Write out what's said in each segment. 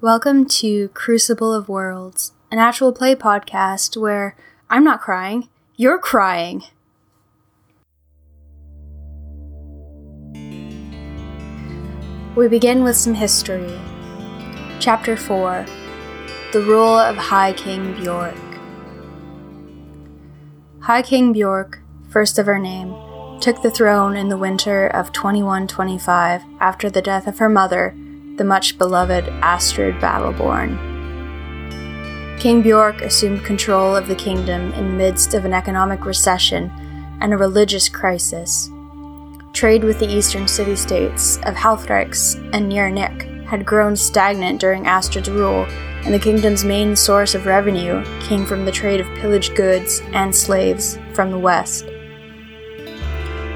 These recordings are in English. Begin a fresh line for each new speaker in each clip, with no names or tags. Welcome to Crucible of Worlds, an actual play podcast where I'm not crying, you're crying. We begin with some history. Chapter 4 The Rule of High King Bjork. High King Bjork, first of her name, took the throne in the winter of 2125 after the death of her mother, the much beloved Astrid Battleborn. King Bjork assumed control of the kingdom in the midst of an economic recession and a religious crisis. Trade with the eastern city states of Halfrex and Nirnik had grown stagnant during Astrid's rule, and the kingdom's main source of revenue came from the trade of pillaged goods and slaves from the west.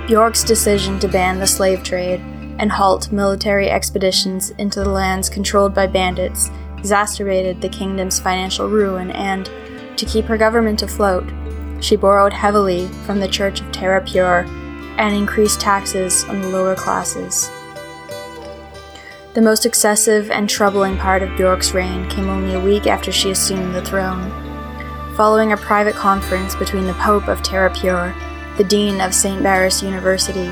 York's decision to ban the slave trade and halt military expeditions into the lands controlled by bandits exacerbated the kingdom's financial ruin, and, to keep her government afloat, she borrowed heavily from the Church of Terra Pure and increased taxes on the lower classes. The most excessive and troubling part of Bjork's reign came only a week after she assumed the throne. Following a private conference between the Pope of Terra Pure, the Dean of St. Barris University,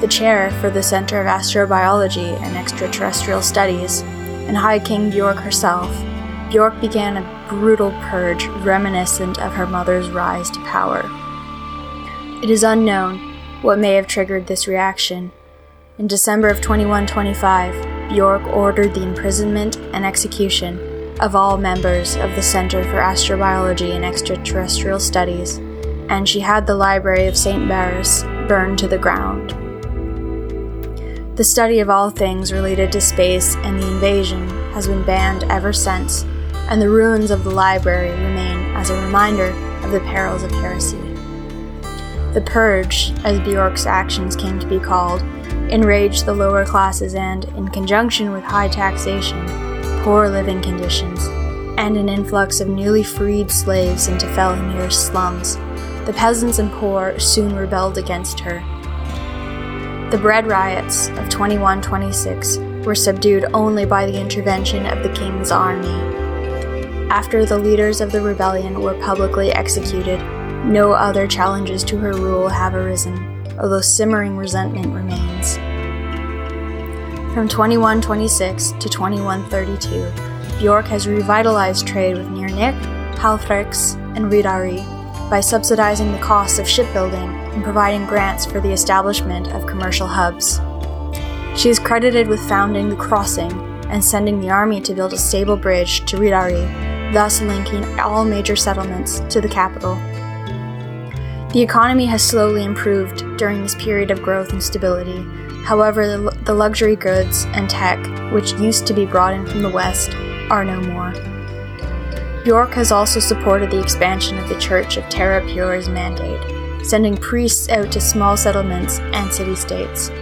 the chair for the Center of Astrobiology and Extraterrestrial Studies, and High King Bjork herself, Bjork began a brutal purge reminiscent of her mother's rise to power. It is unknown what may have triggered this reaction. In December of 2125, Bjork ordered the imprisonment and execution of all members of the Center for Astrobiology and Extraterrestrial Studies, and she had the Library of St. Barris burned to the ground the study of all things related to space and the invasion has been banned ever since, and the ruins of the library remain as a reminder of the perils of heresy. The Purge, as Bjork's actions came to be called, enraged the lower classes and, in conjunction with high taxation, poor living conditions, and an influx of newly freed slaves into Felhinir's slums, the peasants and poor soon rebelled against her the bread riots of 2126 were subdued only by the intervention of the king's army. After the leaders of the rebellion were publicly executed, no other challenges to her rule have arisen, although simmering resentment remains. From 2126 to 2132, Bjork has revitalized trade with Nirnik, Palfrex, and Ridari by subsidizing the costs of shipbuilding and providing grants for the establishment of commercial hubs. She is credited with founding the crossing and sending the army to build a stable bridge to Ridari, thus linking all major settlements to the capital. The economy has slowly improved during this period of growth and stability. However, the, the luxury goods and tech, which used to be brought in from the West, are no more. York has also supported the expansion of the Church of Terra Pure's mandate, sending priests out to small settlements and city states.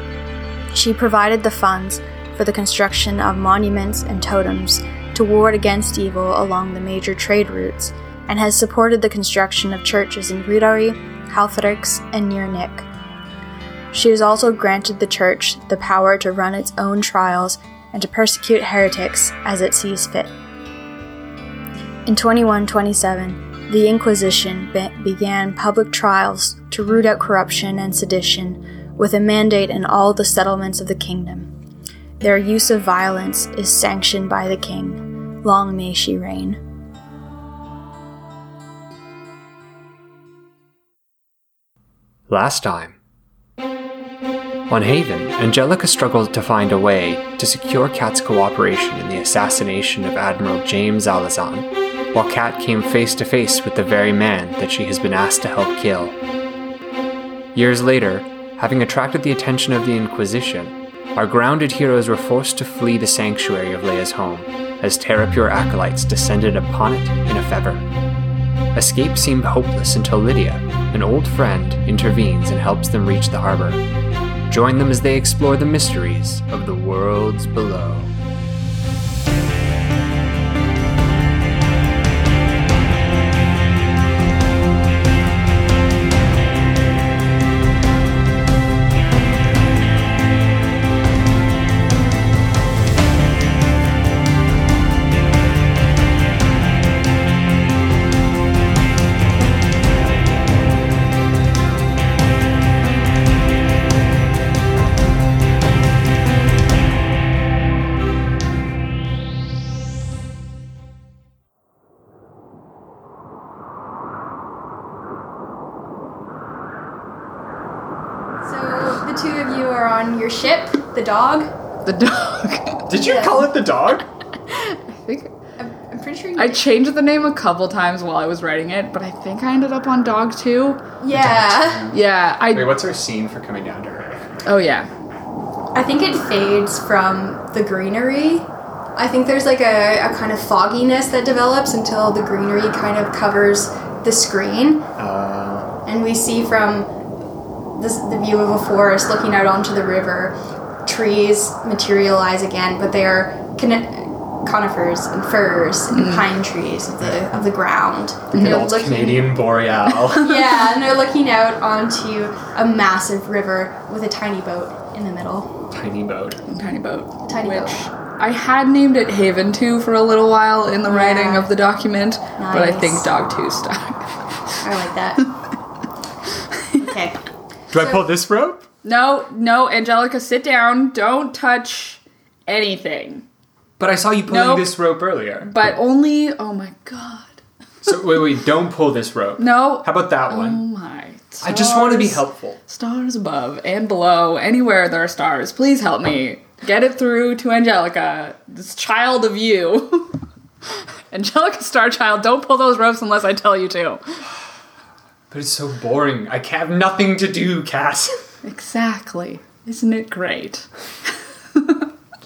She provided the funds for the construction of monuments and totems to ward against evil along the major trade routes, and has supported the construction of churches in Rudari, Halfrex, and Nirnik. She has also granted the church the power to run its own trials and to persecute heretics as it sees fit. In 2127, the Inquisition be- began public trials to root out corruption and sedition with a mandate in all the settlements of the kingdom. Their use of violence is sanctioned by the king. Long may she reign.
Last time. On Haven, Angelica struggled to find a way to secure Kat's cooperation in the assassination of Admiral James Alazan, while Kat came face to face with the very man that she has been asked to help kill. Years later, having attracted the attention of the Inquisition, our grounded heroes were forced to flee the sanctuary of Leia's home as Terrapure acolytes descended upon it in a fever. Escape seemed hopeless until Lydia, an old friend, intervenes and helps them reach the harbor. Join them as they explore the mysteries of the worlds below.
your ship, the dog.
The dog.
Did you call it the dog?
I think
I'm, I'm pretty sure you.
I changed the name a couple times while I was writing it, but I think I ended up on dog too.
yeah.
Yeah,
Wait,
I.
what's our scene for coming down to Earth?
Oh yeah.
I think it fades from the greenery. I think there's like a, a kind of fogginess that develops until the greenery kind of covers the screen.
Uh,
and we see from this, the view of a forest looking out onto the river trees materialize again but they are con- conifers and firs and pine trees of the of the ground
an old Canadian boreal.
yeah and they're looking out onto a massive river with a tiny boat in the middle
Tiny boat.
Tiny boat.
Tiny
which
boat.
I had named it Haven 2 for a little while in the writing
Yeah.
of the document, but I
Nice.
think Dog 2 stuck.
i like that okay
Do I pull this rope?
No, no, Angelica, sit down. Don't touch anything.
But I saw you pulling
Nope.
this rope earlier.
But only. Oh my god.
So wait, wait, don't pull this rope.
No.
How about that
Oh
one?
my.
I just want to be
stars.
helpful.
Stars above and below, anywhere there are stars. Please help me get it through to Angelica, this child of you. Angelica, star child, don't pull those ropes unless I tell you to.
But it's so boring. I ca- have nothing to do, Cass.
Exactly. Isn't it great?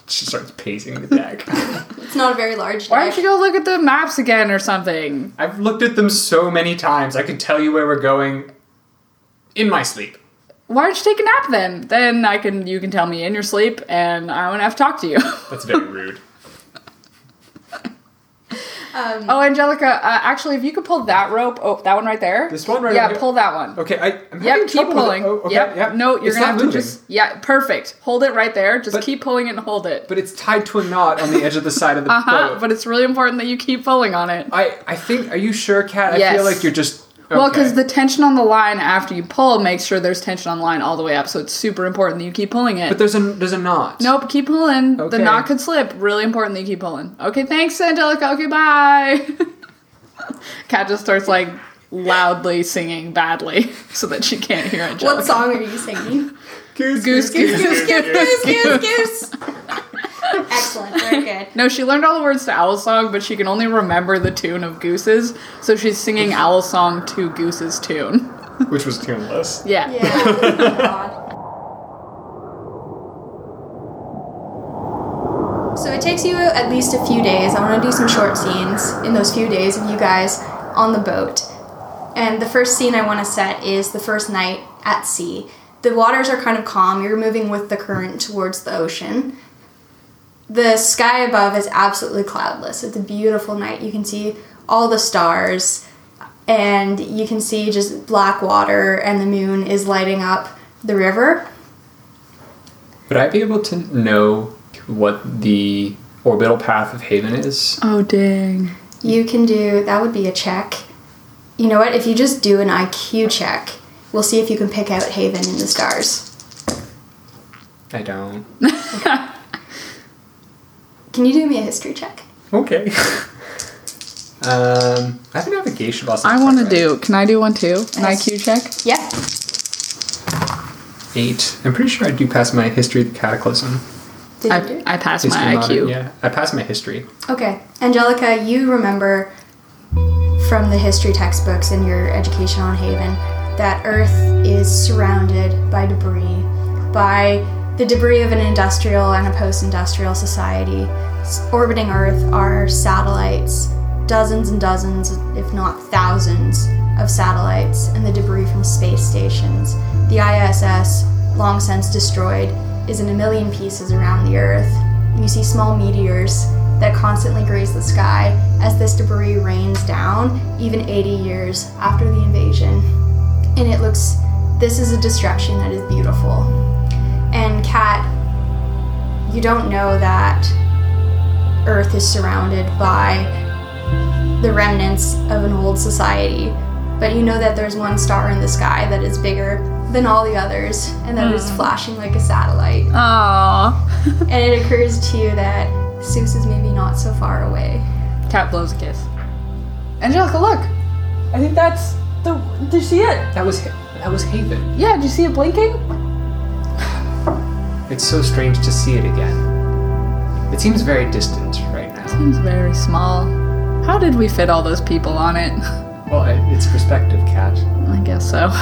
She starts pacing the deck.
it's not a very large
Why don't you
deck.
go look at the maps again or something?
I've looked at them so many times. I could tell you where we're going in my sleep.
Why don't you take a nap then? Then I can you can tell me in your sleep and I won't have to talk to you.
That's very rude.
Oh, Angelica, uh, actually, if you could pull that rope, oh, that one right there.
This one right
Yeah,
over here?
pull that one.
Okay, I, I'm having
Yep, keep
trouble with it.
pulling.
Oh, okay,
yep.
yep.
No, you're
It's
gonna
not
have to
moving.
just yeah, perfect. Hold it right there. Just
But-
keep pulling it and hold it.
But it's tied to a knot on the edge of the side of the
Uh huh.
boat.
But it's really important that you keep pulling on it.
I, I think. Are you sure, Kat? I
Yes.
feel like you're just. Okay.
Well, because the tension on the line after you pull makes sure there's tension on the line all the way up, so it's super important that you keep pulling it.
But there's a there's a knot.
nope, keep pulling.
Okay.
The knot could slip. Really important that you keep pulling. Okay, thanks, Angelica. Okay, bye. Kat just starts like loudly singing badly so that she can't hear Angelica.
what song are you singing
Goose,
Goose, goose, goose, goose, goose,
goose goose excellent very good
No, she learned all the words to Owl Song, but she can only remember the tune of Goose's, so she's singing Owl Song to Goose's tune.
Which was tuneless.
Yeah.
yeah Oh, God. So it takes you at least a few days. I want to do some short scenes in those few days of you guys on the boat. And the first scene I want to set is the first night at sea. The waters are kind of calm. You're moving with the current towards the ocean. The sky above is absolutely cloudless. It's a beautiful night. You can see all the stars and you can see just black water and the moon is lighting up the river.
Would I be able to know what the orbital path of Haven is?
Oh, dang.
You can do that would be a check. You know what? If you just do an IQ check, we'll see if you can pick out Haven in the stars.
I don't.
Can you do me a history check?
Okay. um, I have a navigation loss.
I want to do. Can I do one too? An IQ check?
Yeah.
eight. I'm pretty sure I do pass my history of the cataclysm.
Did you do
I,
it?
I passed
History
my
modern-
IQ.
Yeah, I passed my history.
Okay. Angelica, you remember from the history textbooks and your education on Haven that Earth is surrounded by debris, by the debris of an industrial and a post industrial society. S- Orbiting Earth are satellites, dozens and dozens, if not thousands, of satellites and the debris from space stations. The ISS, long since destroyed, is in a million pieces around the Earth. You see small meteors that constantly graze the sky as this debris rains down, even 80 years after the invasion. And it looks, this is a destruction that is beautiful. And Kat, you don't know that Earth is surrounded by the remnants of an old society, but you know that there's one star in the sky that is bigger than all the others and that is flashing like a satellite
Aww.
and it occurs to you that Seuss is maybe not so far away.
Cat blows a kiss. Angelica, look. I think that's the. Did you see it?
That was that was Haven.
Yeah, did you see it blinking?
It's so strange to see it again. It seems very distant right now.
Seems very small. How did we fit all those people on it?
Well, it- it's perspective, Cat.
I guess so.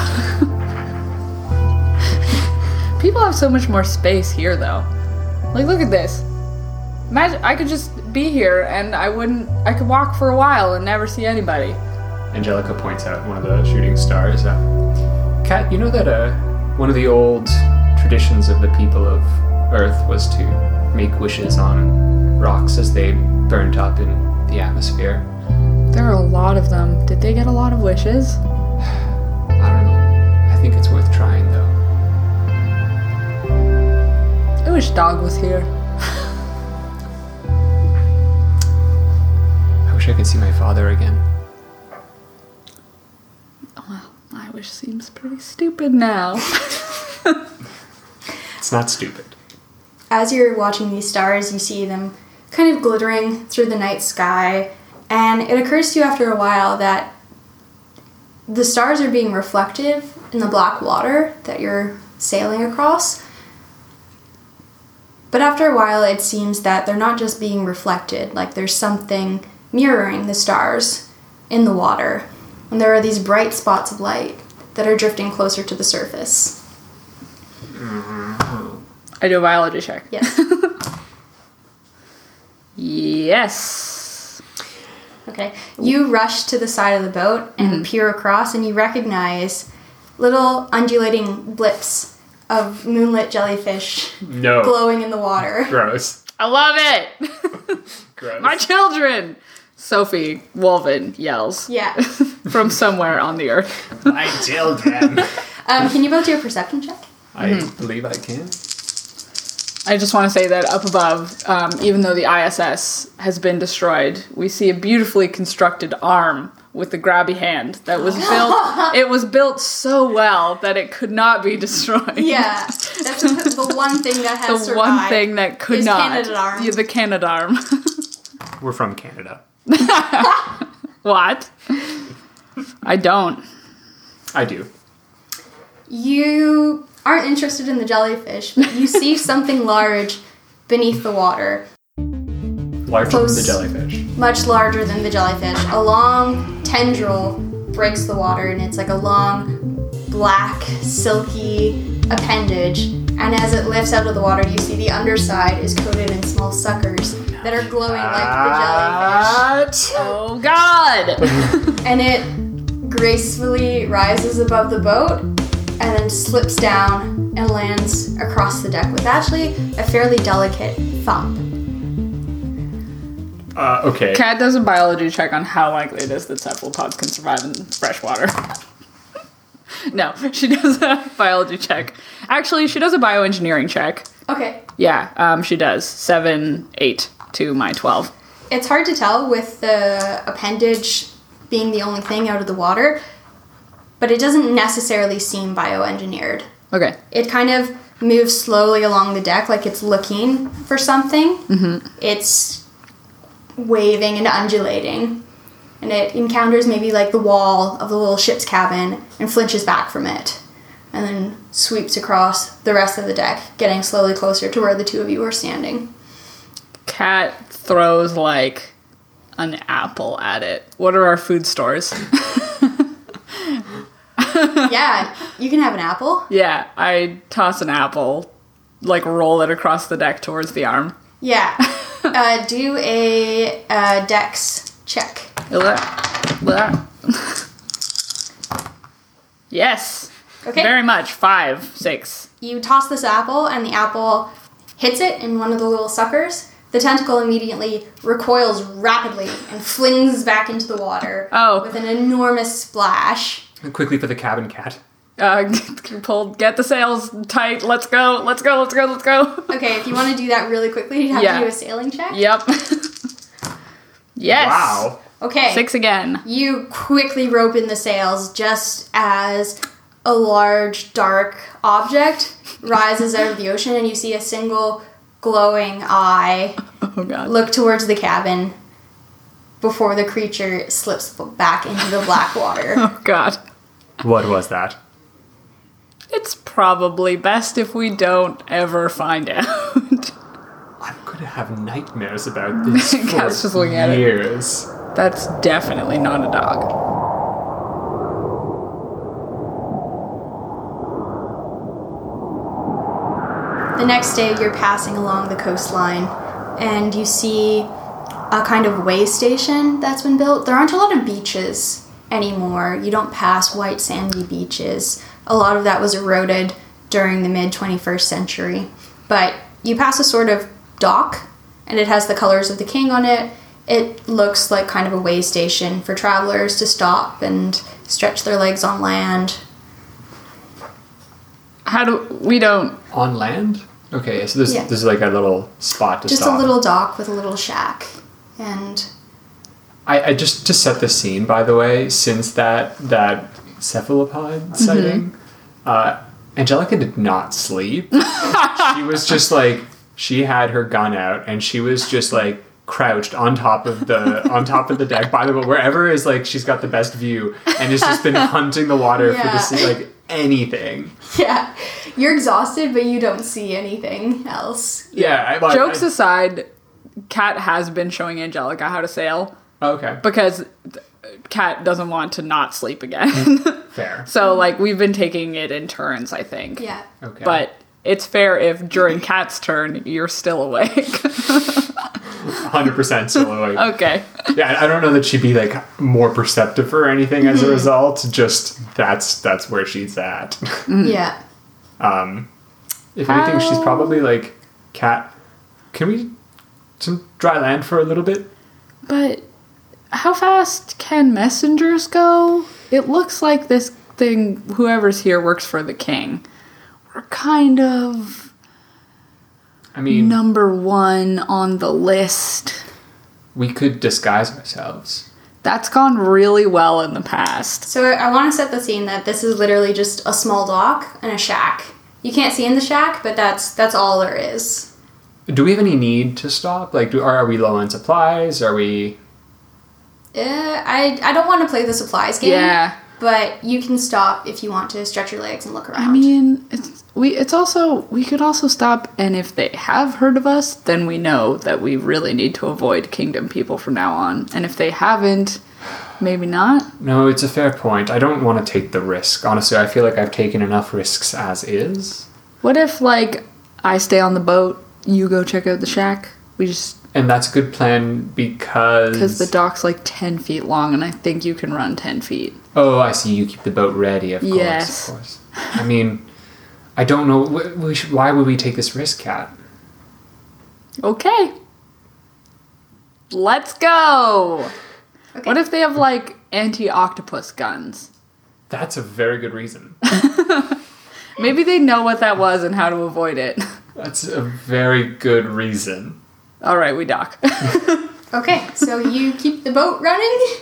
people have so much more space here, though. Like, look at this. Imagine I could just be here and I wouldn't. I could walk for a while and never see anybody.
Angelica points out one of the shooting stars. Uh, Kat, you know that uh, one of the old traditions of the people of Earth was to make wishes on rocks as they burnt up in the atmosphere.
There are a lot of them. Did they get a lot of wishes?
I don't know. I think it's worth trying, though.
I wish Dog was here.
I wish I could see my father again.
Well, I wish seems pretty stupid now.
It's not stupid.
As you're watching these stars, you see them kind of glittering through the night sky, and it occurs to you after a while that the stars are being reflective in the black water that you're sailing across. But after a while, it seems that they're not just being reflected, like there's something mirroring the stars in the water. And there are these bright spots of light that are drifting closer to the surface.
I do a biology check.
Yes.
Yes.
Okay. You rush to the side of the boat and
Mm-hmm.
peer across, and you recognize little undulating blips of moonlit jellyfish
No.
glowing in the water.
Gross.
I love it.
Gross.
My children. Sophie Wolven yells
Yeah.
from somewhere on the earth.
I killed him.
Um, can you both do a perception check?
I believe I can.
I just want to say that up above, um, even though the ISS has been destroyed, we see a beautifully constructed arm with the grabby hand that was built. It was built so well that it could not be destroyed.
Yeah. That's the, the one thing that
The
has survived.
one thing that could
is
not.
Canada arm.
Yeah, the Canada arm.
We're from Canada.
what? I don't.
I do.
You aren't interested in the jellyfish, but you see something large beneath the water.
Larger
Close.
than the jellyfish.
much larger than the jellyfish. A long tendril breaks the water, and it's like a long, black, silky appendage. And as it lifts out of the water, you see the underside is coated in small suckers that are glowing like
Oh God!
the jellyfish. And it gracefully rises above the boat and then slips down and lands across the deck with actually a fairly delicate thump.
Uh, okay.
Cat does a biology check on how likely it is that cephalopods can survive in fresh water. no, she does a biology check. Actually, she does a bioengineering check.
Okay,
Yeah, um, she does seven, eight to my twelve.
It's hard to tell with the appendage being the only thing out of the water, but it doesn't necessarily seem bioengineered.
Okay,
It kind of moves slowly along the deck like it's looking for something. Mm-hmm. It's waving and undulating, and it encounters maybe like the wall of the little ship's cabin and flinches back from it, and then sweeps across the rest of the deck, getting slowly closer to where the two of you are standing.
Cat throws like an apple at it. What are our food stores?
yeah, you can have an apple.
yeah, I toss an apple, like roll it across the deck towards the arm.
Yeah. uh, do a uh, dex check.
Yes.
Okay.
Very much. Five, six.
You toss this apple, and the apple hits it in one of the little suckers. The tentacle immediately recoils rapidly and flings back into the water
Oh.
with an enormous splash.
Quickly for the cabin cat.
Uh, pulled. Get the sails tight. Let's go. Let's go. Let's go. Let's go.
Okay, if you want to do that really quickly, you have
Yeah.
to do a sailing check.
Yep. yes.
Wow.
Okay.
Six again.
You quickly rope in the sails just as a large dark object rises out of the ocean and you see a single glowing eye
Oh god.
look towards the cabin before the creature slips back into the black water.
Oh god.
What was that?
It's probably best if we don't ever find out.
I'm gonna have nightmares about this for
Cat's just looking at it.
years.
That's definitely not a dog.
The next day, you're passing along the coastline and you see a kind of way station that's been built. There aren't a lot of beaches anymore. You don't pass white sandy beaches. A lot of that was eroded during the mid 21st century. But you pass a sort of dock and it has the colors of the king on it. It looks like kind of a way station for travelers to stop and stretch their legs on land.
How do we don't?
On land? Okay, so this
Yeah.
this is like a little spot to
Just
stop.
a little dock with a little shack. And
I, I just to set the scene, by the way, since that that
Mm-hmm.
cephalopod sighting, uh, Angelica did not sleep. she was just like she had her gun out, and she was just like crouched on top of the on top of the deck by the boat, wherever is like she's got the best view, and has just been hunting the water for
Yeah.
this like anything.
Yeah, you're exhausted, but you don't see anything else.
Yeah, I, like,
Jokes
I-
aside, Kat has been showing Angelica how to sail
okay,
because th- Kat doesn't want to not sleep again.
fair.
so like we've been taking it in turns, I think.
Yeah.
Okay,
But it's fair if during Kat's turn you're still awake.
hundred percent still awake.
okay.
Yeah, I don't know that she'd be like more perceptive or anything as
Mm-hmm.
a result. Just that's that's where she's at.
Yeah.
if anything,
Oh.
she's probably like, "Cat, can we some dry land for a little bit?"
But how fast can messengers go? It looks like this thing, whoever's here works for the king. We're kind of
I mean,
number one on the list.
we could disguise ourselves.
That's gone really well in the past.
So I want to set the scene that this is literally just a small dock and a shack. You can't see in the shack, but that's that's all there is.
Do we have any need to stop? Like, do, are we low on supplies? Are we?
Uh, I I don't want to play the supplies game.
Yeah.
But you can stop if you want to stretch your legs and look around.
I mean, it's we it's also we could also stop and if they have heard of us, then we know that we really need to avoid kingdom people from now on. And if they haven't, maybe not.
No, it's a fair point. I don't want to take the risk. Honestly, I feel like I've taken enough risks as is,
What if like I stay on the boat, you go check out the shack? We just
and that's a good plan because
because the dock's like ten feet long, and I think you can run ten feet.
Oh, I see. You keep the boat ready, of course.
Yes.
Of course. I mean, I don't know. We, we should, why would we take this risk, Cat?
Okay, let's go.
Okay.
What if they have like anti-octopus guns?
That's a very good reason.
Maybe they know what that was and how to avoid it.
That's a very good reason.
All right, we dock.
okay, so you keep the boat running.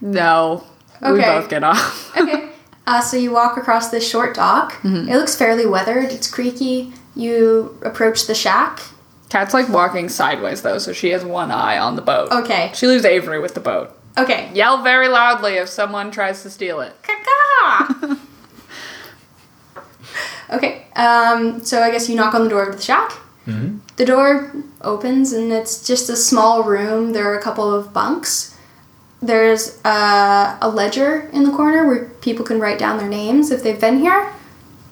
no, we
Okay.
both get off.
okay. Uh, so you walk across this short dock.
Mm-hmm.
It looks fairly weathered. It's creaky. You approach the shack.
Cat's like walking sideways though, so she has one eye on the boat.
Okay.
She leaves Avery with the boat.
Okay.
Yell very loudly if someone tries to steal it.
Caca! okay, um, so I guess you knock on the door of the shack. The door opens and it's just a small room. There are a couple of bunks. There's uh, a ledger in the corner where people can write down their names if they've been here.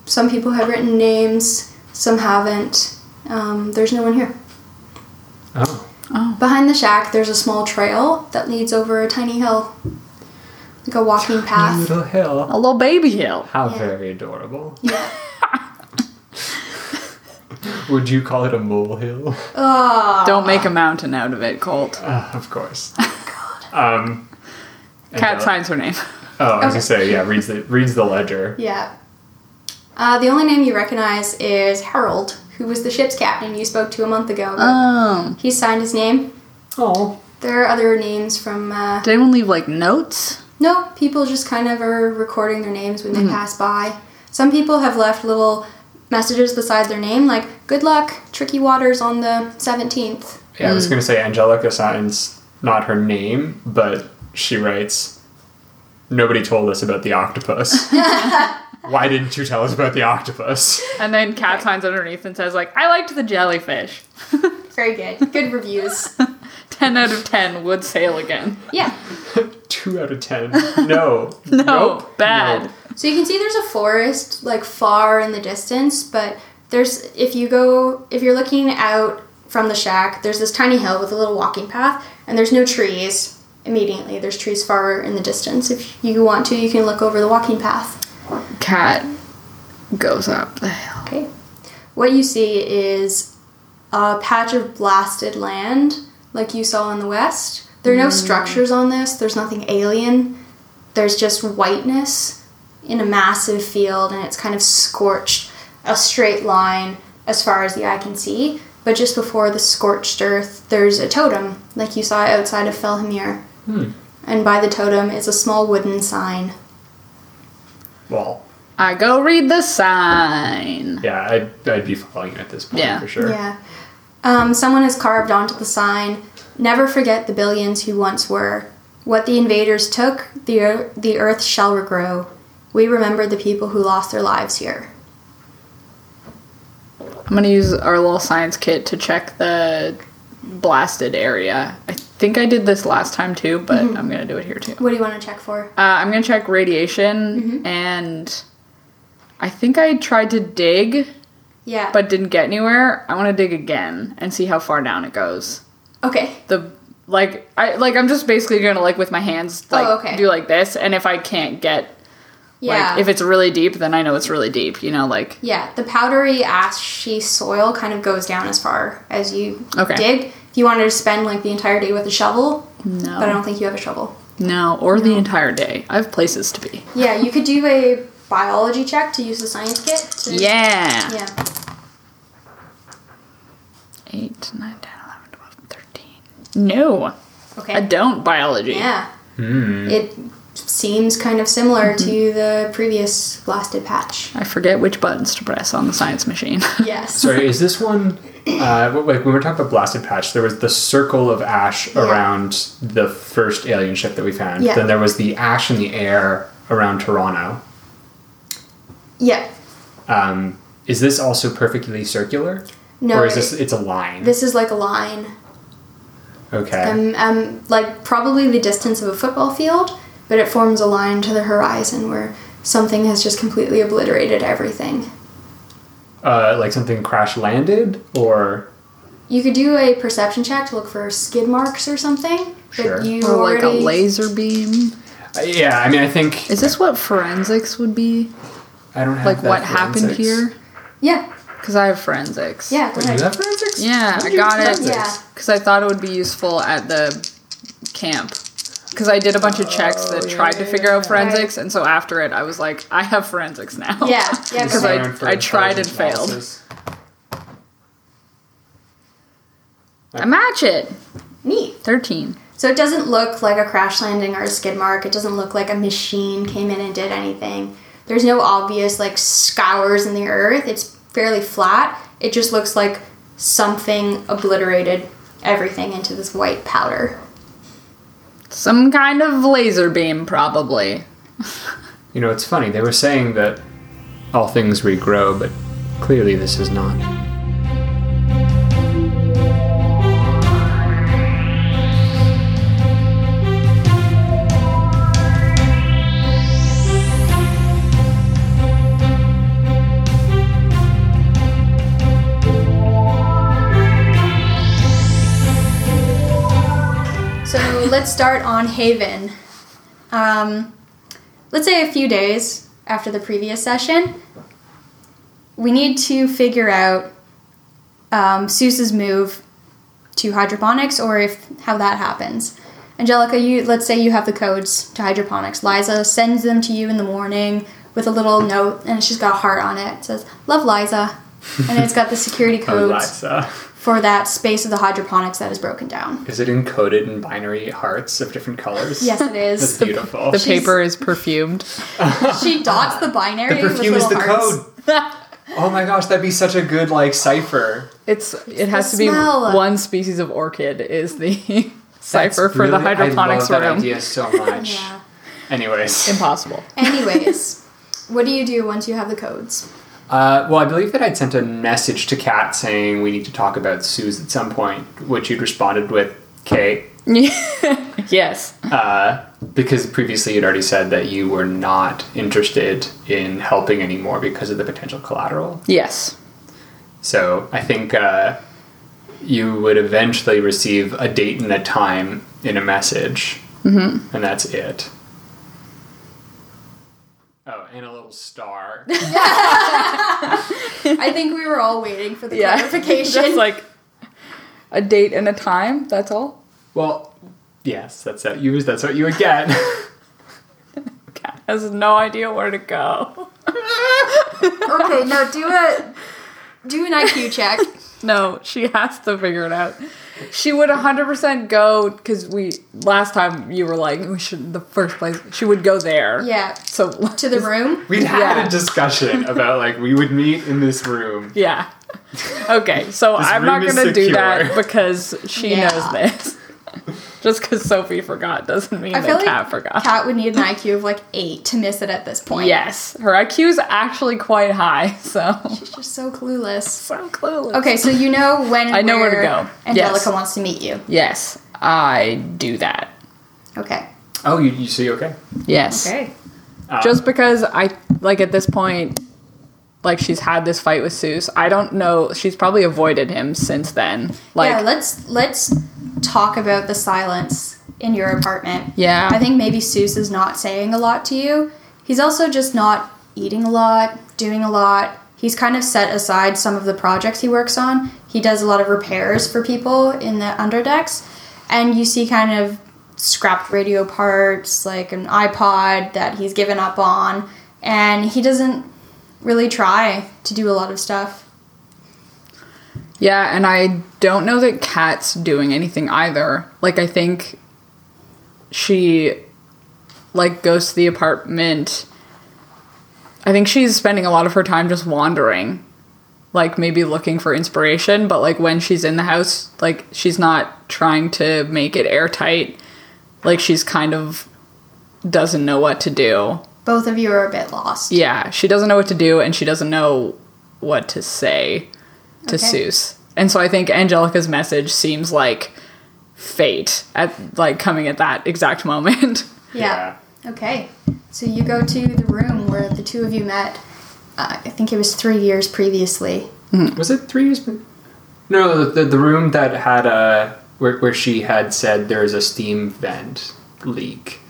Some people have written names, some haven't. Um, there's no one here.
Oh.
Behind the shack, there's a small trail that leads over a tiny hill, like a walking path.
Little hill.
A little baby hill.
How
Yeah.
very adorable.
Yeah.
Would you call it a molehill?
Ah.
Don't make a mountain out of it, Colt.
Uh, of course. Um,
Cat
Angelica-
signs her name.
Oh, I was
Okay.
gonna say yeah. Reads the reads the ledger.
Yeah. Uh, the only name you recognize is Harold, who was the ship's captain you spoke to a month ago.
Oh.
he signed his name.
Oh.
There are other names from. Uh,
Did anyone leave like notes?
no, people just kind of are recording their names when they pass by. Some people have left little messages beside their name, like "Good luck, tricky waters on the 17th."
Yeah, I was gonna say Angelica signs not her name, but she writes. Nobody told us about the octopus. Why didn't you tell us about the octopus?
And then Cat signs underneath and says, like, I liked the jellyfish.
Very good. Good reviews.
10 out of 10 would sail again.
Yeah.
Two out of ten. No.
No,
Nope.
bad.
Nope.
So you can see there's a forest like far in the distance, but there's if you go if you're looking out from the shack, there's this tiny hill with a little walking path, and there's no trees immediately. There's trees far in the distance. If you want to, you can look over the walking path.
Cat goes up the hill.
Okay. What you see is a patch of blasted land, like you saw in the west. There are no structures on this. There's nothing alien. There's just whiteness in a massive field, and it's kind of scorched a straight line as far as the eye can see. But just before the scorched earth, there's a totem, like you saw outside of Felhamir. And by the totem is a small wooden sign.
Well,
I go read the sign.
yeah, I'd, I'd be following at this point
Yeah.
for sure.
Yeah. Um, someone has carved onto the sign, never forget the billions who once were. What the invaders took, the, ear- the earth shall regrow. We remember the people who lost their lives here.
I'm gonna use our little science kit to check the blasted area. I think I did this last time too, but
Mm-hmm.
I'm gonna do it here too.
What do you want to check for?
Uh, I'm gonna check radiation
Mm-hmm.
and I think I tried to dig
Yeah.
but didn't get anywhere. I wanna dig again and see how far down it goes.
okay.
The like I like I'm just basically gonna like with my hands like
Oh, okay.
do like this and if I can't get
Yeah.
like if it's really deep then I know it's really deep, you know, like
yeah. The powdery ashy soil kind of goes down as far as you
Okay.
dig. If you wanted to spend like the entire day with a shovel,
no.
but I don't think you have a shovel.
no, or the entire day. I have places to be.
Yeah, you could do a biology check to use the science kit. To,
Yeah.
Yeah.
8, 9, 10, 11, 12, 13. No,
Okay.
I don't biology.
Yeah.
Hmm.
It seems kind of similar
Mm-hmm.
to the previous blasted patch.
I forget which buttons to press on the science machine.
Yes.
Sorry, is this one? Uh, w- like when we were talking about blasted patch, there was the circle of ash around the first alien ship that we found.
Yeah.
Then there was the ash in the air around Toronto.
Yeah.
Um, is this also perfectly circular?
No,
Or is
it-
this? It's a line.
This is like a line.
okay.
Um, um, like probably the distance of a football field, but it forms a line to the horizon where something has just completely obliterated everything.
uh, like something crash landed, or
You could do a perception check to look for skid marks or something.
Sure.
But you
or like a
already-
laser beam.
Uh, yeah. I mean, I think
Is this what forensics would be?
I don't have
Like
that
what happened
forensics.
here?
Yeah.
Because I have forensics.
Yeah. Go
Wait, you
ahead.
have forensics?
Yeah,
How
I
do you
got
have
it.
forensics?
Yeah.
Because I thought it would be useful at the camp. Because I did a bunch of checks
Oh,
that tried to figure out forensics, and so after it, I was like, I have forensics now.
Yeah. Yeah.
Because
Go
I-
ahead.
Around for
I tried and
intelligence
failed.
analysis.
I match it.
Neat.
13.
So it doesn't look like a crash landing or a skid mark. It doesn't look like a machine came in and did anything. There's no obvious like scours in the earth. It's fairly flat. It just looks like something obliterated everything into this white powder.
Some kind of laser beam, probably.
You know, it's funny. They were saying that all things regrow, but clearly this is not.
So let's start on Haven. Um, let's say a few days after the previous session, we need to figure out um, Seuss's move to hydroponics or if how that happens. Angelica, you let's say you have the codes to hydroponics. Liza sends them to you in the morning with a little note, and she's got a heart on it. It says "Love Liza," and it's got the security codes
Eliza.
for that space of the hydroponics that is broken down.
Is it encoded in binary hearts of different colors?
Yes, it is.
That's beautiful.
The
She's-
paper is perfumed.
She dots the binary with
perfume is
little
the
hearts.
code. oh my gosh, that'd be such a good like cipher.
It's it has
the
to be
smell.
one species of orchid is the cipher
That's
for
really-
the
I love
hydroponics
that
room.
idea so much.
Yeah.
Anyways,
Impossible.
Anyways, What do you do once you have the codes?
Uh, well, I believe that I'd sent a message to Kat saying we need to talk about Suze at some point, which you'd responded with K,
yes.
uh, because previously you'd already said that you were not interested in helping anymore because of the potential collateral.
Yes.
So I think uh, you would eventually receive a date and a time in a message, mm-hmm. and that's it. Oh, and a little star.
I think we were all waiting for the
Yeah.
clarification.
Just like a date and a time. That's all.
well, yes, that's that. You that's what you would get.
Cat has no idea where to go.
okay, now do a do an IQ check.
No, she has to figure it out. She would 100% go because we last time you were like we should the first place she would go there.
Yeah.
So
To the room.
We'd had
Yeah.
a discussion about like we would meet in this room.
Yeah. Okay, so
This
I'm not
room is
gonna do
secure.
that because she
Yeah.
knows this. Just because Sophie forgot doesn't mean
I
that
feel like
Kat forgot.
Kat would need an IQ of like eight to miss it at this point.
yes, her IQ is actually quite high, so
She's just so clueless.
so clueless.
Okay, so you know when and
I know where to go.
Angelica
Yes.
wants to meet you.
Yes, I do that.
Okay.
Oh, you, you see? Okay.
Yes.
Um,
Just because I like at this point, like she's had this fight with Seuss. I don't know. She's probably avoided him since then. Like
yeah, let's let's talk about the silence in your apartment.
Yeah.
I think maybe Seuss is not saying a lot to you. He's also just not eating a lot, doing a lot. He's kind of set aside some of the projects he works on. He does a lot of repairs for people in the underdecks, and you see kind of scrapped radio parts, like an iPod that he's given up on, and he doesn't really try to do a lot of stuff.
Yeah, and I don't know that Kat's doing anything either. Like, I think she, like, goes to the apartment. I think she's spending a lot of her time just wandering, like, maybe looking for inspiration, but, like, when she's in the house, like, she's not trying to make it airtight. Like, she's kind of doesn't know what to do.
Both of you are a bit lost.
Yeah, she doesn't know what to do and she doesn't know what to say to
Okay.
Seuss. And so I think Angelica's message seems like fate at like coming at that exact moment.
Yeah. Okay. So you go to the room where the two of you met. Uh, I think it was three years previously.
Was it three years? pre- No, the, the room that had a where, where she had said there is a steam vent leak,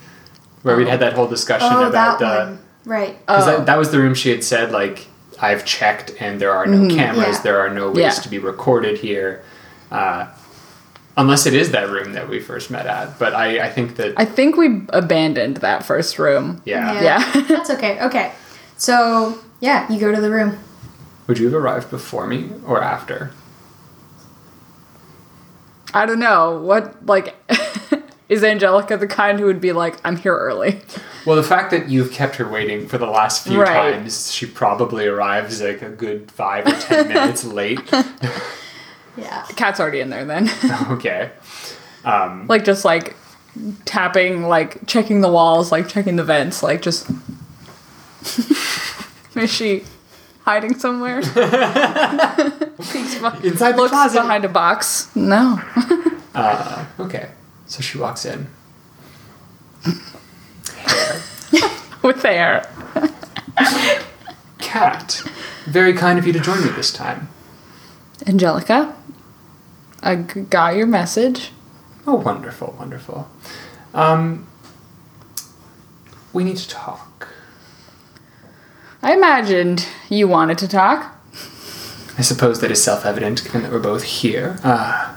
where we'd had that whole discussion
Oh,
about
that
the
one. Right. Oh,
because that, that was the room she had said like I've checked and there are no cameras,
Mm-hmm. Yeah.
there are no ways
Yeah.
to be recorded here, uh, unless it is that room that we first met at. But I, I think that
I think we abandoned that first room.
yeah.
Yeah.
That's okay. Okay. So yeah, you go to the room.
Would you have arrived before me or after?
I don't know. What like is Angelica the kind who would be like, I'm here early?
Well, the fact that you've kept her waiting for the last few
Right.
times, she probably arrives like a good five or ten minutes late.
Yeah.
Cat's already in there then.
Okay.
like just like tapping like checking the walls like checking the vents like just is she hiding somewhere Peeks beh-
Inside the
looks
closet.
behind a box no
Okay. So she walks in.
with hair
Cat, very kind of you to join me this time.
angelica i g- got your message
Oh, wonderful, wonderful. Um, we need to talk.
i imagined you wanted to talk
I suppose that is self evident given that we're both here. Uh,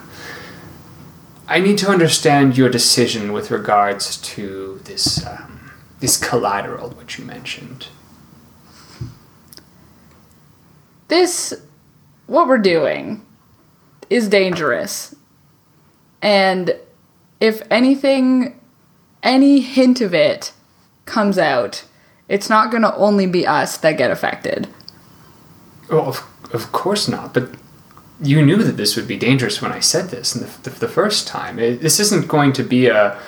I need to understand your decision with regards to this, um, this collateral, which you mentioned.
this what we're doing is dangerous and if anything any hint of it comes out it's not going to only be us that get affected
Well, Oh, of, of course not, but you knew that this would be dangerous when I said this in the, the, the first time. It, this isn't going to be a,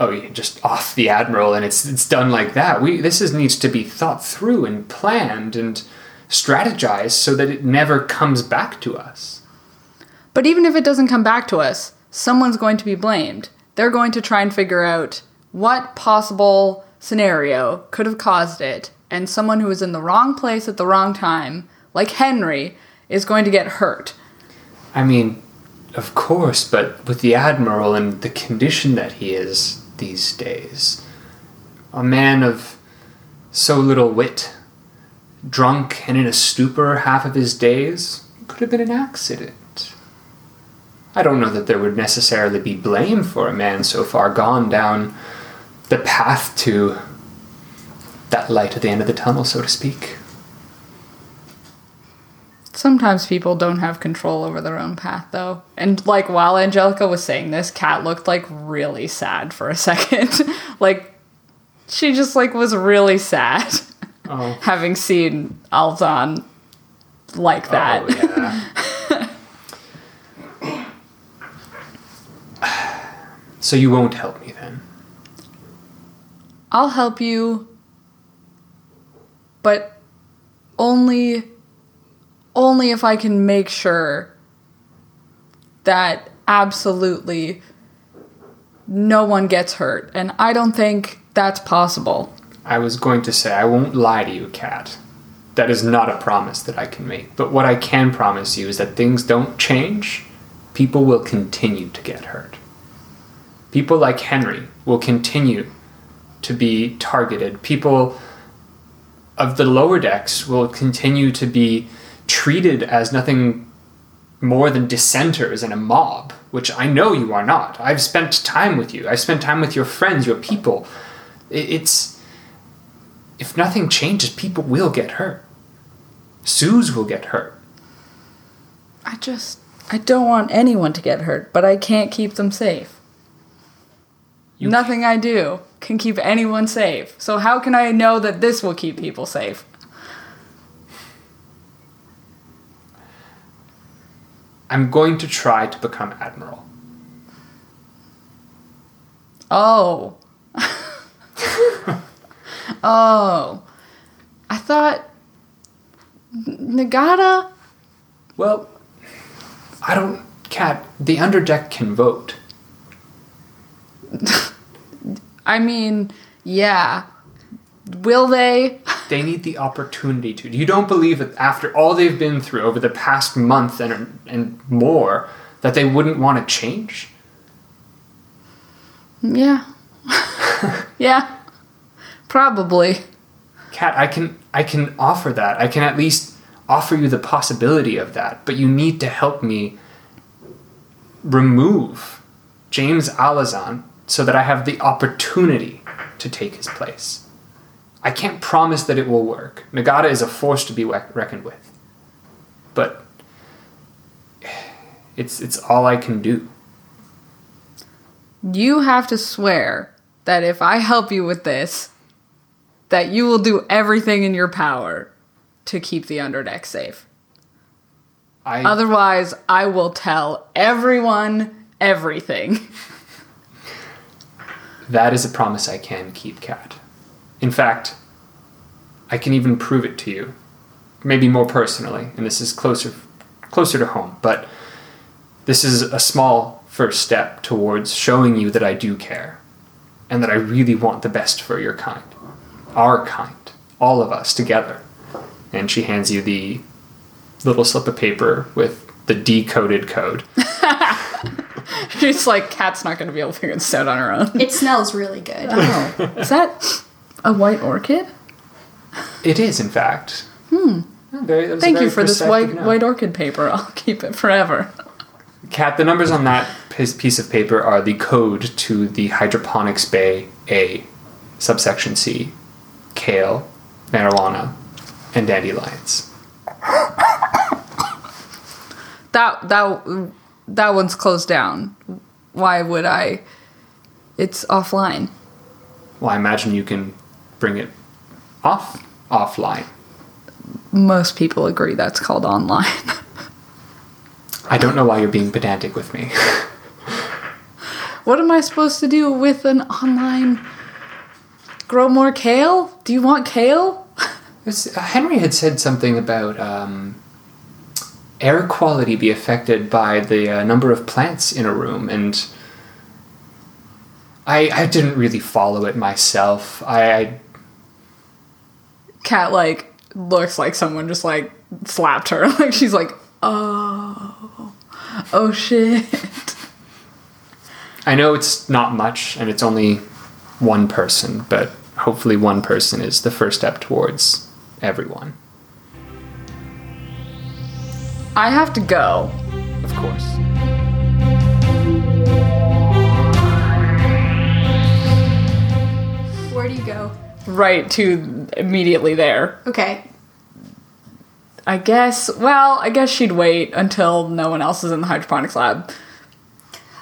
oh, you just off the admiral, and it's it's done like that. We this is needs to be thought through and planned and strategized so that it never comes back to us.
But even if it doesn't come back to us, someone's going to be blamed. They're going to try and figure out what possible scenario could have caused it, and someone who was in the wrong place at the wrong time, like Henry, is going to get hurt.
I mean, of course, but with the admiral and the condition that he is these days, a man of so little wit, drunk and in a stupor half of his days, could have been an accident. I don't know that there would necessarily be blame for a man so far gone down the path to that light at the end of the tunnel, so to speak.
Sometimes people don't have control over their own path, though. And like while Angelica was saying this, Kat looked like really sad for a second. like she just like was really sad,
Oh,
having seen Alzan like that.
Oh, yeah. Oh, so you won't help me then?
I'll help you, but only only if I can make sure that absolutely no one gets hurt, and I don't think that's possible.
I was going to say, I won't lie to you, Kat. That is not a promise that I can make. But what I can promise you is that things don't change. People will continue to get hurt. People like Henry will continue to be targeted. People of the lower decks will continue to be treated as nothing more than dissenters and a mob, which I know you are not. I've spent time with you. I've spent time with your friends, your people. It- It's if nothing changes, people will get hurt. Suze will get hurt.
I just I don't want anyone to get hurt, but I can't keep them safe.
You-
Nothing I do can keep anyone safe. So how can I know that this will keep people safe?
I'm going to try to become admiral.
Oh. oh. I thought Nagata
Well, I don't. Cat, the underdeck can vote.
I mean, yeah. Will they?
They need the opportunity to. You don't believe that after all they've been through over the past month and and more, that they wouldn't want to change.
Yeah. yeah. Probably.
Kat, I can I can offer that. I can at least offer you the possibility of that, but you need to help me remove James Alazan so that I have the opportunity to take his place. I can't promise that it will work. Nagata is a force to be wec- reckoned with. But it's it's all I can do.
You have to swear that if I help you with this, that you will do everything in your power to keep the underdeck safe.
I
Otherwise, I will tell everyone everything.
That is a promise I can keep, Kat. In fact, I can even prove it to you. Maybe more personally, and this is closer closer to home, but this is a small first step towards showing you that I do care and that I really want the best for your kind. Our kind. All of us together. And she hands you the little slip of paper with the decoded code.
She's like, Kat's not going to be able to figure this out on her own.
It smells really good.
Oh, is that a white orchid?
It is, in fact. Hmm.
Thank you for this white white orchid paper. I'll keep it forever.
Cat, the numbers on that pis- piece of paper are the code to the hydroponics bay A, subsection C, kale, marijuana, and dandelions.
That that that one's closed down. Why would I? It's offline.
Well, I imagine you can bring it off offline.
Most people agree that's called online.
I don't know why you're being pedantic with me.
What am I supposed to do with an online grow more kale? Do you want kale?
Was, uh, Henry had said something about um, air quality be affected by the uh, number of plants in a room, and I, I didn't really follow it myself. I, I
Cat like looks like someone just like slapped her. Like she's like, oh, oh shit.
I know it's not much, and it's only one person, but hopefully one person is the first step towards everyone,
I have to go.
of course.
Where do you go?
Right to immediately there.
Okay.
I guess. Well, I guess she'd wait until no one else is in the hydroponics lab.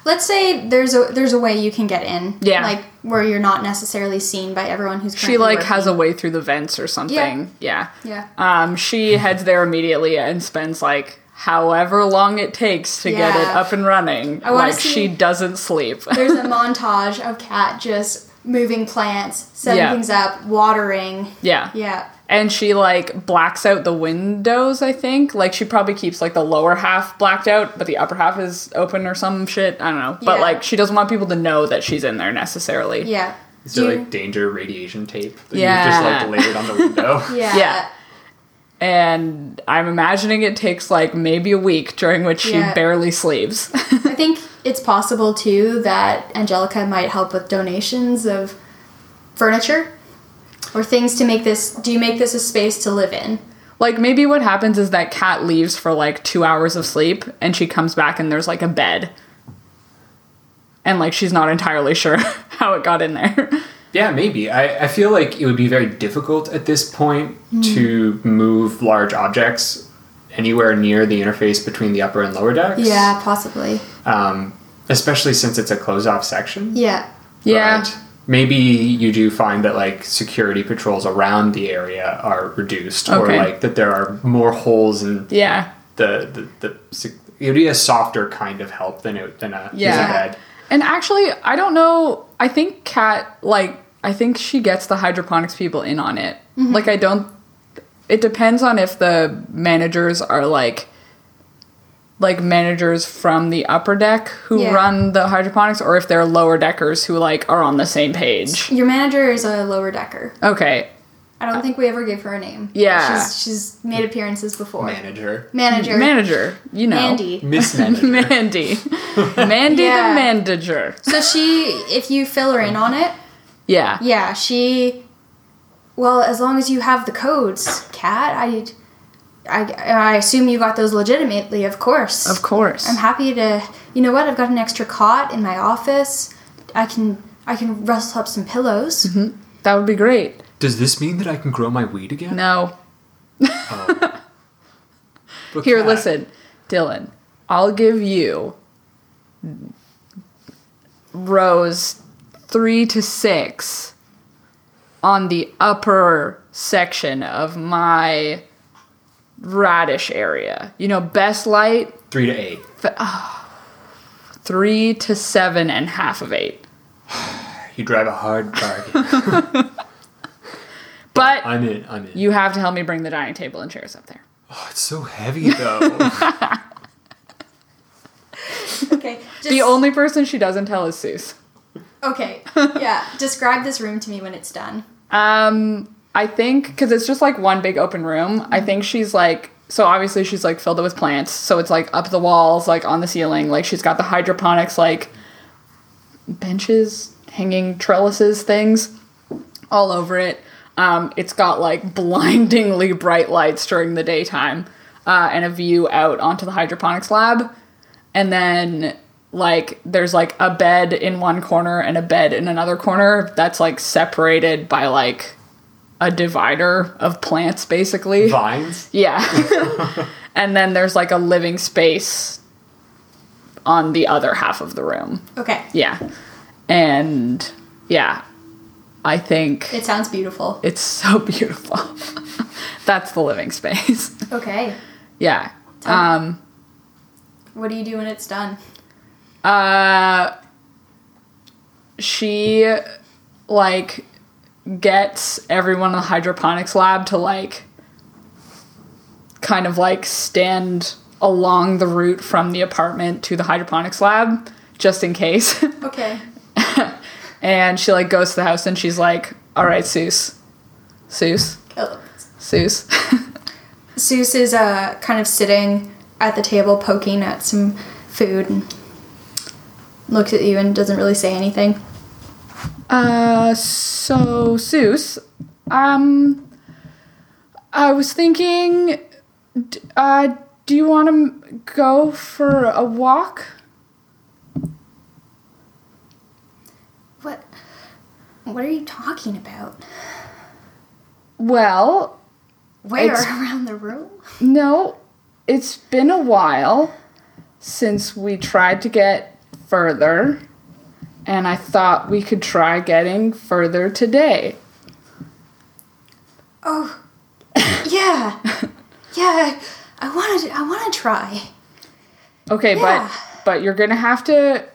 Let's say there's a there's a way you can get in.
Yeah.
Like where you're not necessarily seen by everyone who's
She
currently
like
working.
has a way through the vents or something. Yeah.
Yeah.
Um, she heads there immediately and spends like however long it takes to get it
Yeah.
up and running.
I wanna
like she
see-
doesn't sleep.
There's a montage of Cat just moving plants, setting
Yeah.
things up, watering.
yeah.
Yeah.
And she like blacks out the windows, I think. Like she probably keeps like the lower half blacked out, but the upper half is open or some shit. I don't know. But
Yeah.
like she doesn't want people to know that she's in there necessarily.
Yeah.
Is
Do
there
you-
like danger radiation tape that
Yeah.
you just like layered on the window?
yeah.
Yeah. And I'm imagining it takes like maybe a week during which she
Yeah.
barely sleeps.
I think it's possible too that Angelica might help with donations of furniture or things to make this do you make this a space to live in?
Like maybe what happens is that Kat leaves for like two hours of sleep and she comes back and there's like a bed. And like she's not entirely sure how it got in there.
Yeah, maybe. I, I feel like it would be very difficult at this point
Hmm.
to move large objects anywhere near the interface between the upper and lower decks.
Yeah, possibly.
Um, especially since it's a closed off section.
Yeah.
Yeah.
But maybe you do find that like security patrols around the area are reduced
Okay.
or like that there are more holes in
Yeah.
the, the, the sec- it would be a softer kind of help than it than a, than
Yeah.
a bed.
And actually, I don't know. I think Kat, like, I think she gets the hydroponics people in on it.
Mm-hmm.
Like, I don't. It depends on if the managers are like, like managers from the upper deck who
Yeah.
run the hydroponics, or if they're lower deckers who like are on the same page.
Your manager is a lower decker.
Okay.
I don't think we ever gave her a name.
Uh, Yeah.
She's, she's made appearances before.
Manager.
Manager.
Manager, you know.
Mandy.
Miss Manager.
Mandy. Mandy
Yeah.
the manager.
So she, if you fill her in on it,
Yeah.
yeah, she. Well, as long as you have the codes, Kat, I, I, I assume you got those legitimately, of course.
Of course.
I'm happy to. You know what? I've got an extra cot in my office. I can I can rustle up some pillows.
Mm-hmm. that would be great.
Does this mean that I can grow my weed again?
No.
But
Here,
Kat-
listen, Dylan. I'll give you rows three to six on the upper section of my radish area. You know, best light
Three to eight.
three to seven and half of eight.
You drive a hard bargain.
But
I'm in. I'm in.
you have to help me bring the dining table and chairs up there.
oh, it's so heavy though.
Okay. Just,
The only person she doesn't tell is Seuss.
Okay. Yeah. Describe this room to me when it's done.
Um, I think because it's just like one big open room. I think she's like so obviously she's like filled it with plants, so it's like up the walls, like on the ceiling, like she's got the hydroponics like benches, hanging trellises, things all over it. Um, it's got like blindingly bright lights during the daytime, uh, and a view out onto the hydroponics lab, and then like there's like a bed in one corner and a bed in another corner that's like separated by like a divider of plants basically
Vines.
yeah and then there's like a living space on the other half of the room
Okay.
yeah and yeah i think
It sounds beautiful.
it's so beautiful that's the living space
Okay.
yeah Uh,
Um. What do you do when it's done?
Uh, she like gets everyone in the hydroponics lab to like kind of like stand along the route from the apartment to the hydroponics lab just in case. uh,
Okay.
and she like goes to the house and she's like, "All right, Seuss. Seuss.
Oh.
Seuss."
Seuss is uh, kind of sitting at the table poking at some food and looks at you and doesn't really say anything.
Uh, so Seuss, um, I was thinking, d- uh, do you want to go for a walk?
What? What are you talking about?
Well,
Where
It's-
around the room?
no, it's been a while since we tried to get further, and I thought we could try getting further today.
Oh, yeah, yeah. I want to. I want to try.
Okay,
Yeah.
but but you're gonna have to,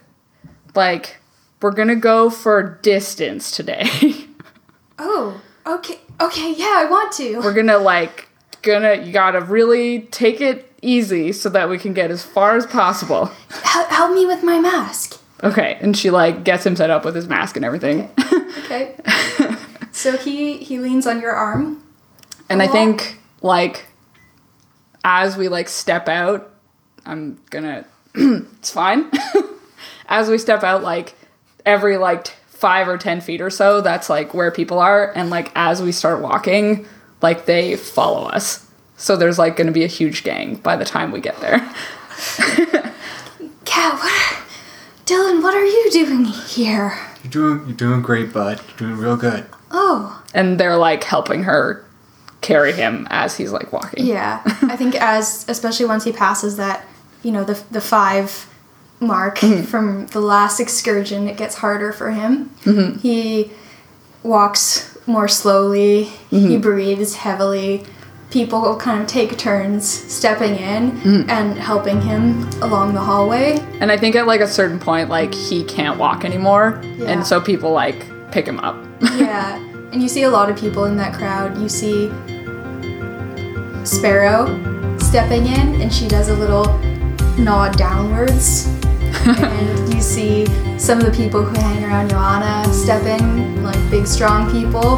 like, we're gonna go for distance today.
Oh, okay, okay. Yeah, I want to.
we're gonna like gonna you gotta really take it easy so that we can get as far as possible
Hel- help me with my mask.
okay and she like gets him set up with his mask and everything
Okay. so he he leans on your arm.
and i think like as we like step out i'm gonna it's fine as we step out like every like t- five or ten feet or so that's like where people are and like as we start walking like they follow us so there's like gonna be a huge gang by the time we get there
Cat, what? Are, Dylan, what are you doing here?
You're doing, you're doing great, bud. You're doing real good.
Oh,
and they're like helping her carry him as he's like walking.
yeah. I think as especially once he passes that, you know, the the five mark from the last excursion, it gets harder for him. He walks more slowly. He breathes heavily. People will kind of take turns stepping in and helping him along the hallway.
And I think at like a certain point, like he can't walk anymore,
Yeah.
and so people like pick him up.
yeah, and you see a lot of people in that crowd. You see Sparrow stepping in, and she does a little nod downwards. and you see some of the people who hang around Joanna step in, like big, strong people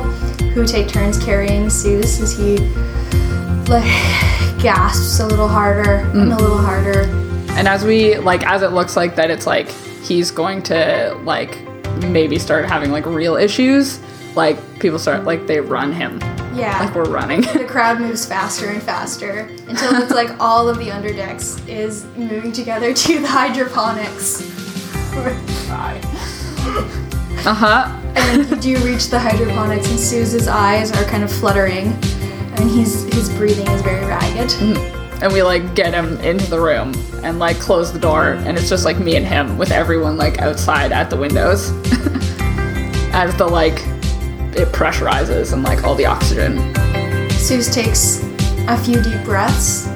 who take turns carrying Seuss as he like gasps a little harder and
Mm.
a little harder.
and as we like, as it looks like that, it's like he's going to like maybe start having like real issues. Like people start like they run him,
Yeah.
like we're running.
the crowd moves faster and faster until it's like all of the underdecks is moving together to the hydroponics.
uh huh.
And you do reach the hydroponics, and Suze's eyes are kind of fluttering, and he's his breathing is very ragged.
And we like get him into the room and like close the door, and it's just like me and him with everyone like outside at the windows as the like it pressurizes and like all the oxygen
Suze takes a few deep breaths,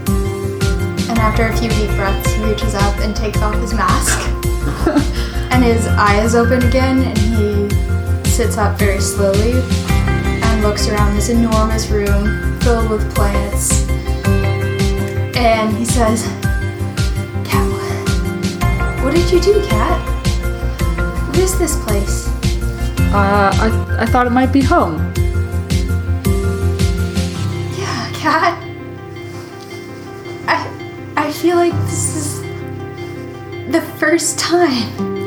and after a few deep breaths, he reaches up and takes off his mask. and his eye is open again, and he sits up very slowly and looks around this enormous room filled with plants. And he says, Cat, what- what did you do, Cat? What is this place?
Uh, I, I thought it might be home.
Yeah, Cat. I I feel like this is the first time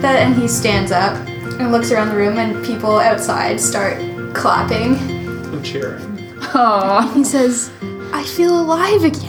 that and he stands up and looks around the room and people outside start clapping.
I'm cheering.
Aww.
He says, "I feel alive again."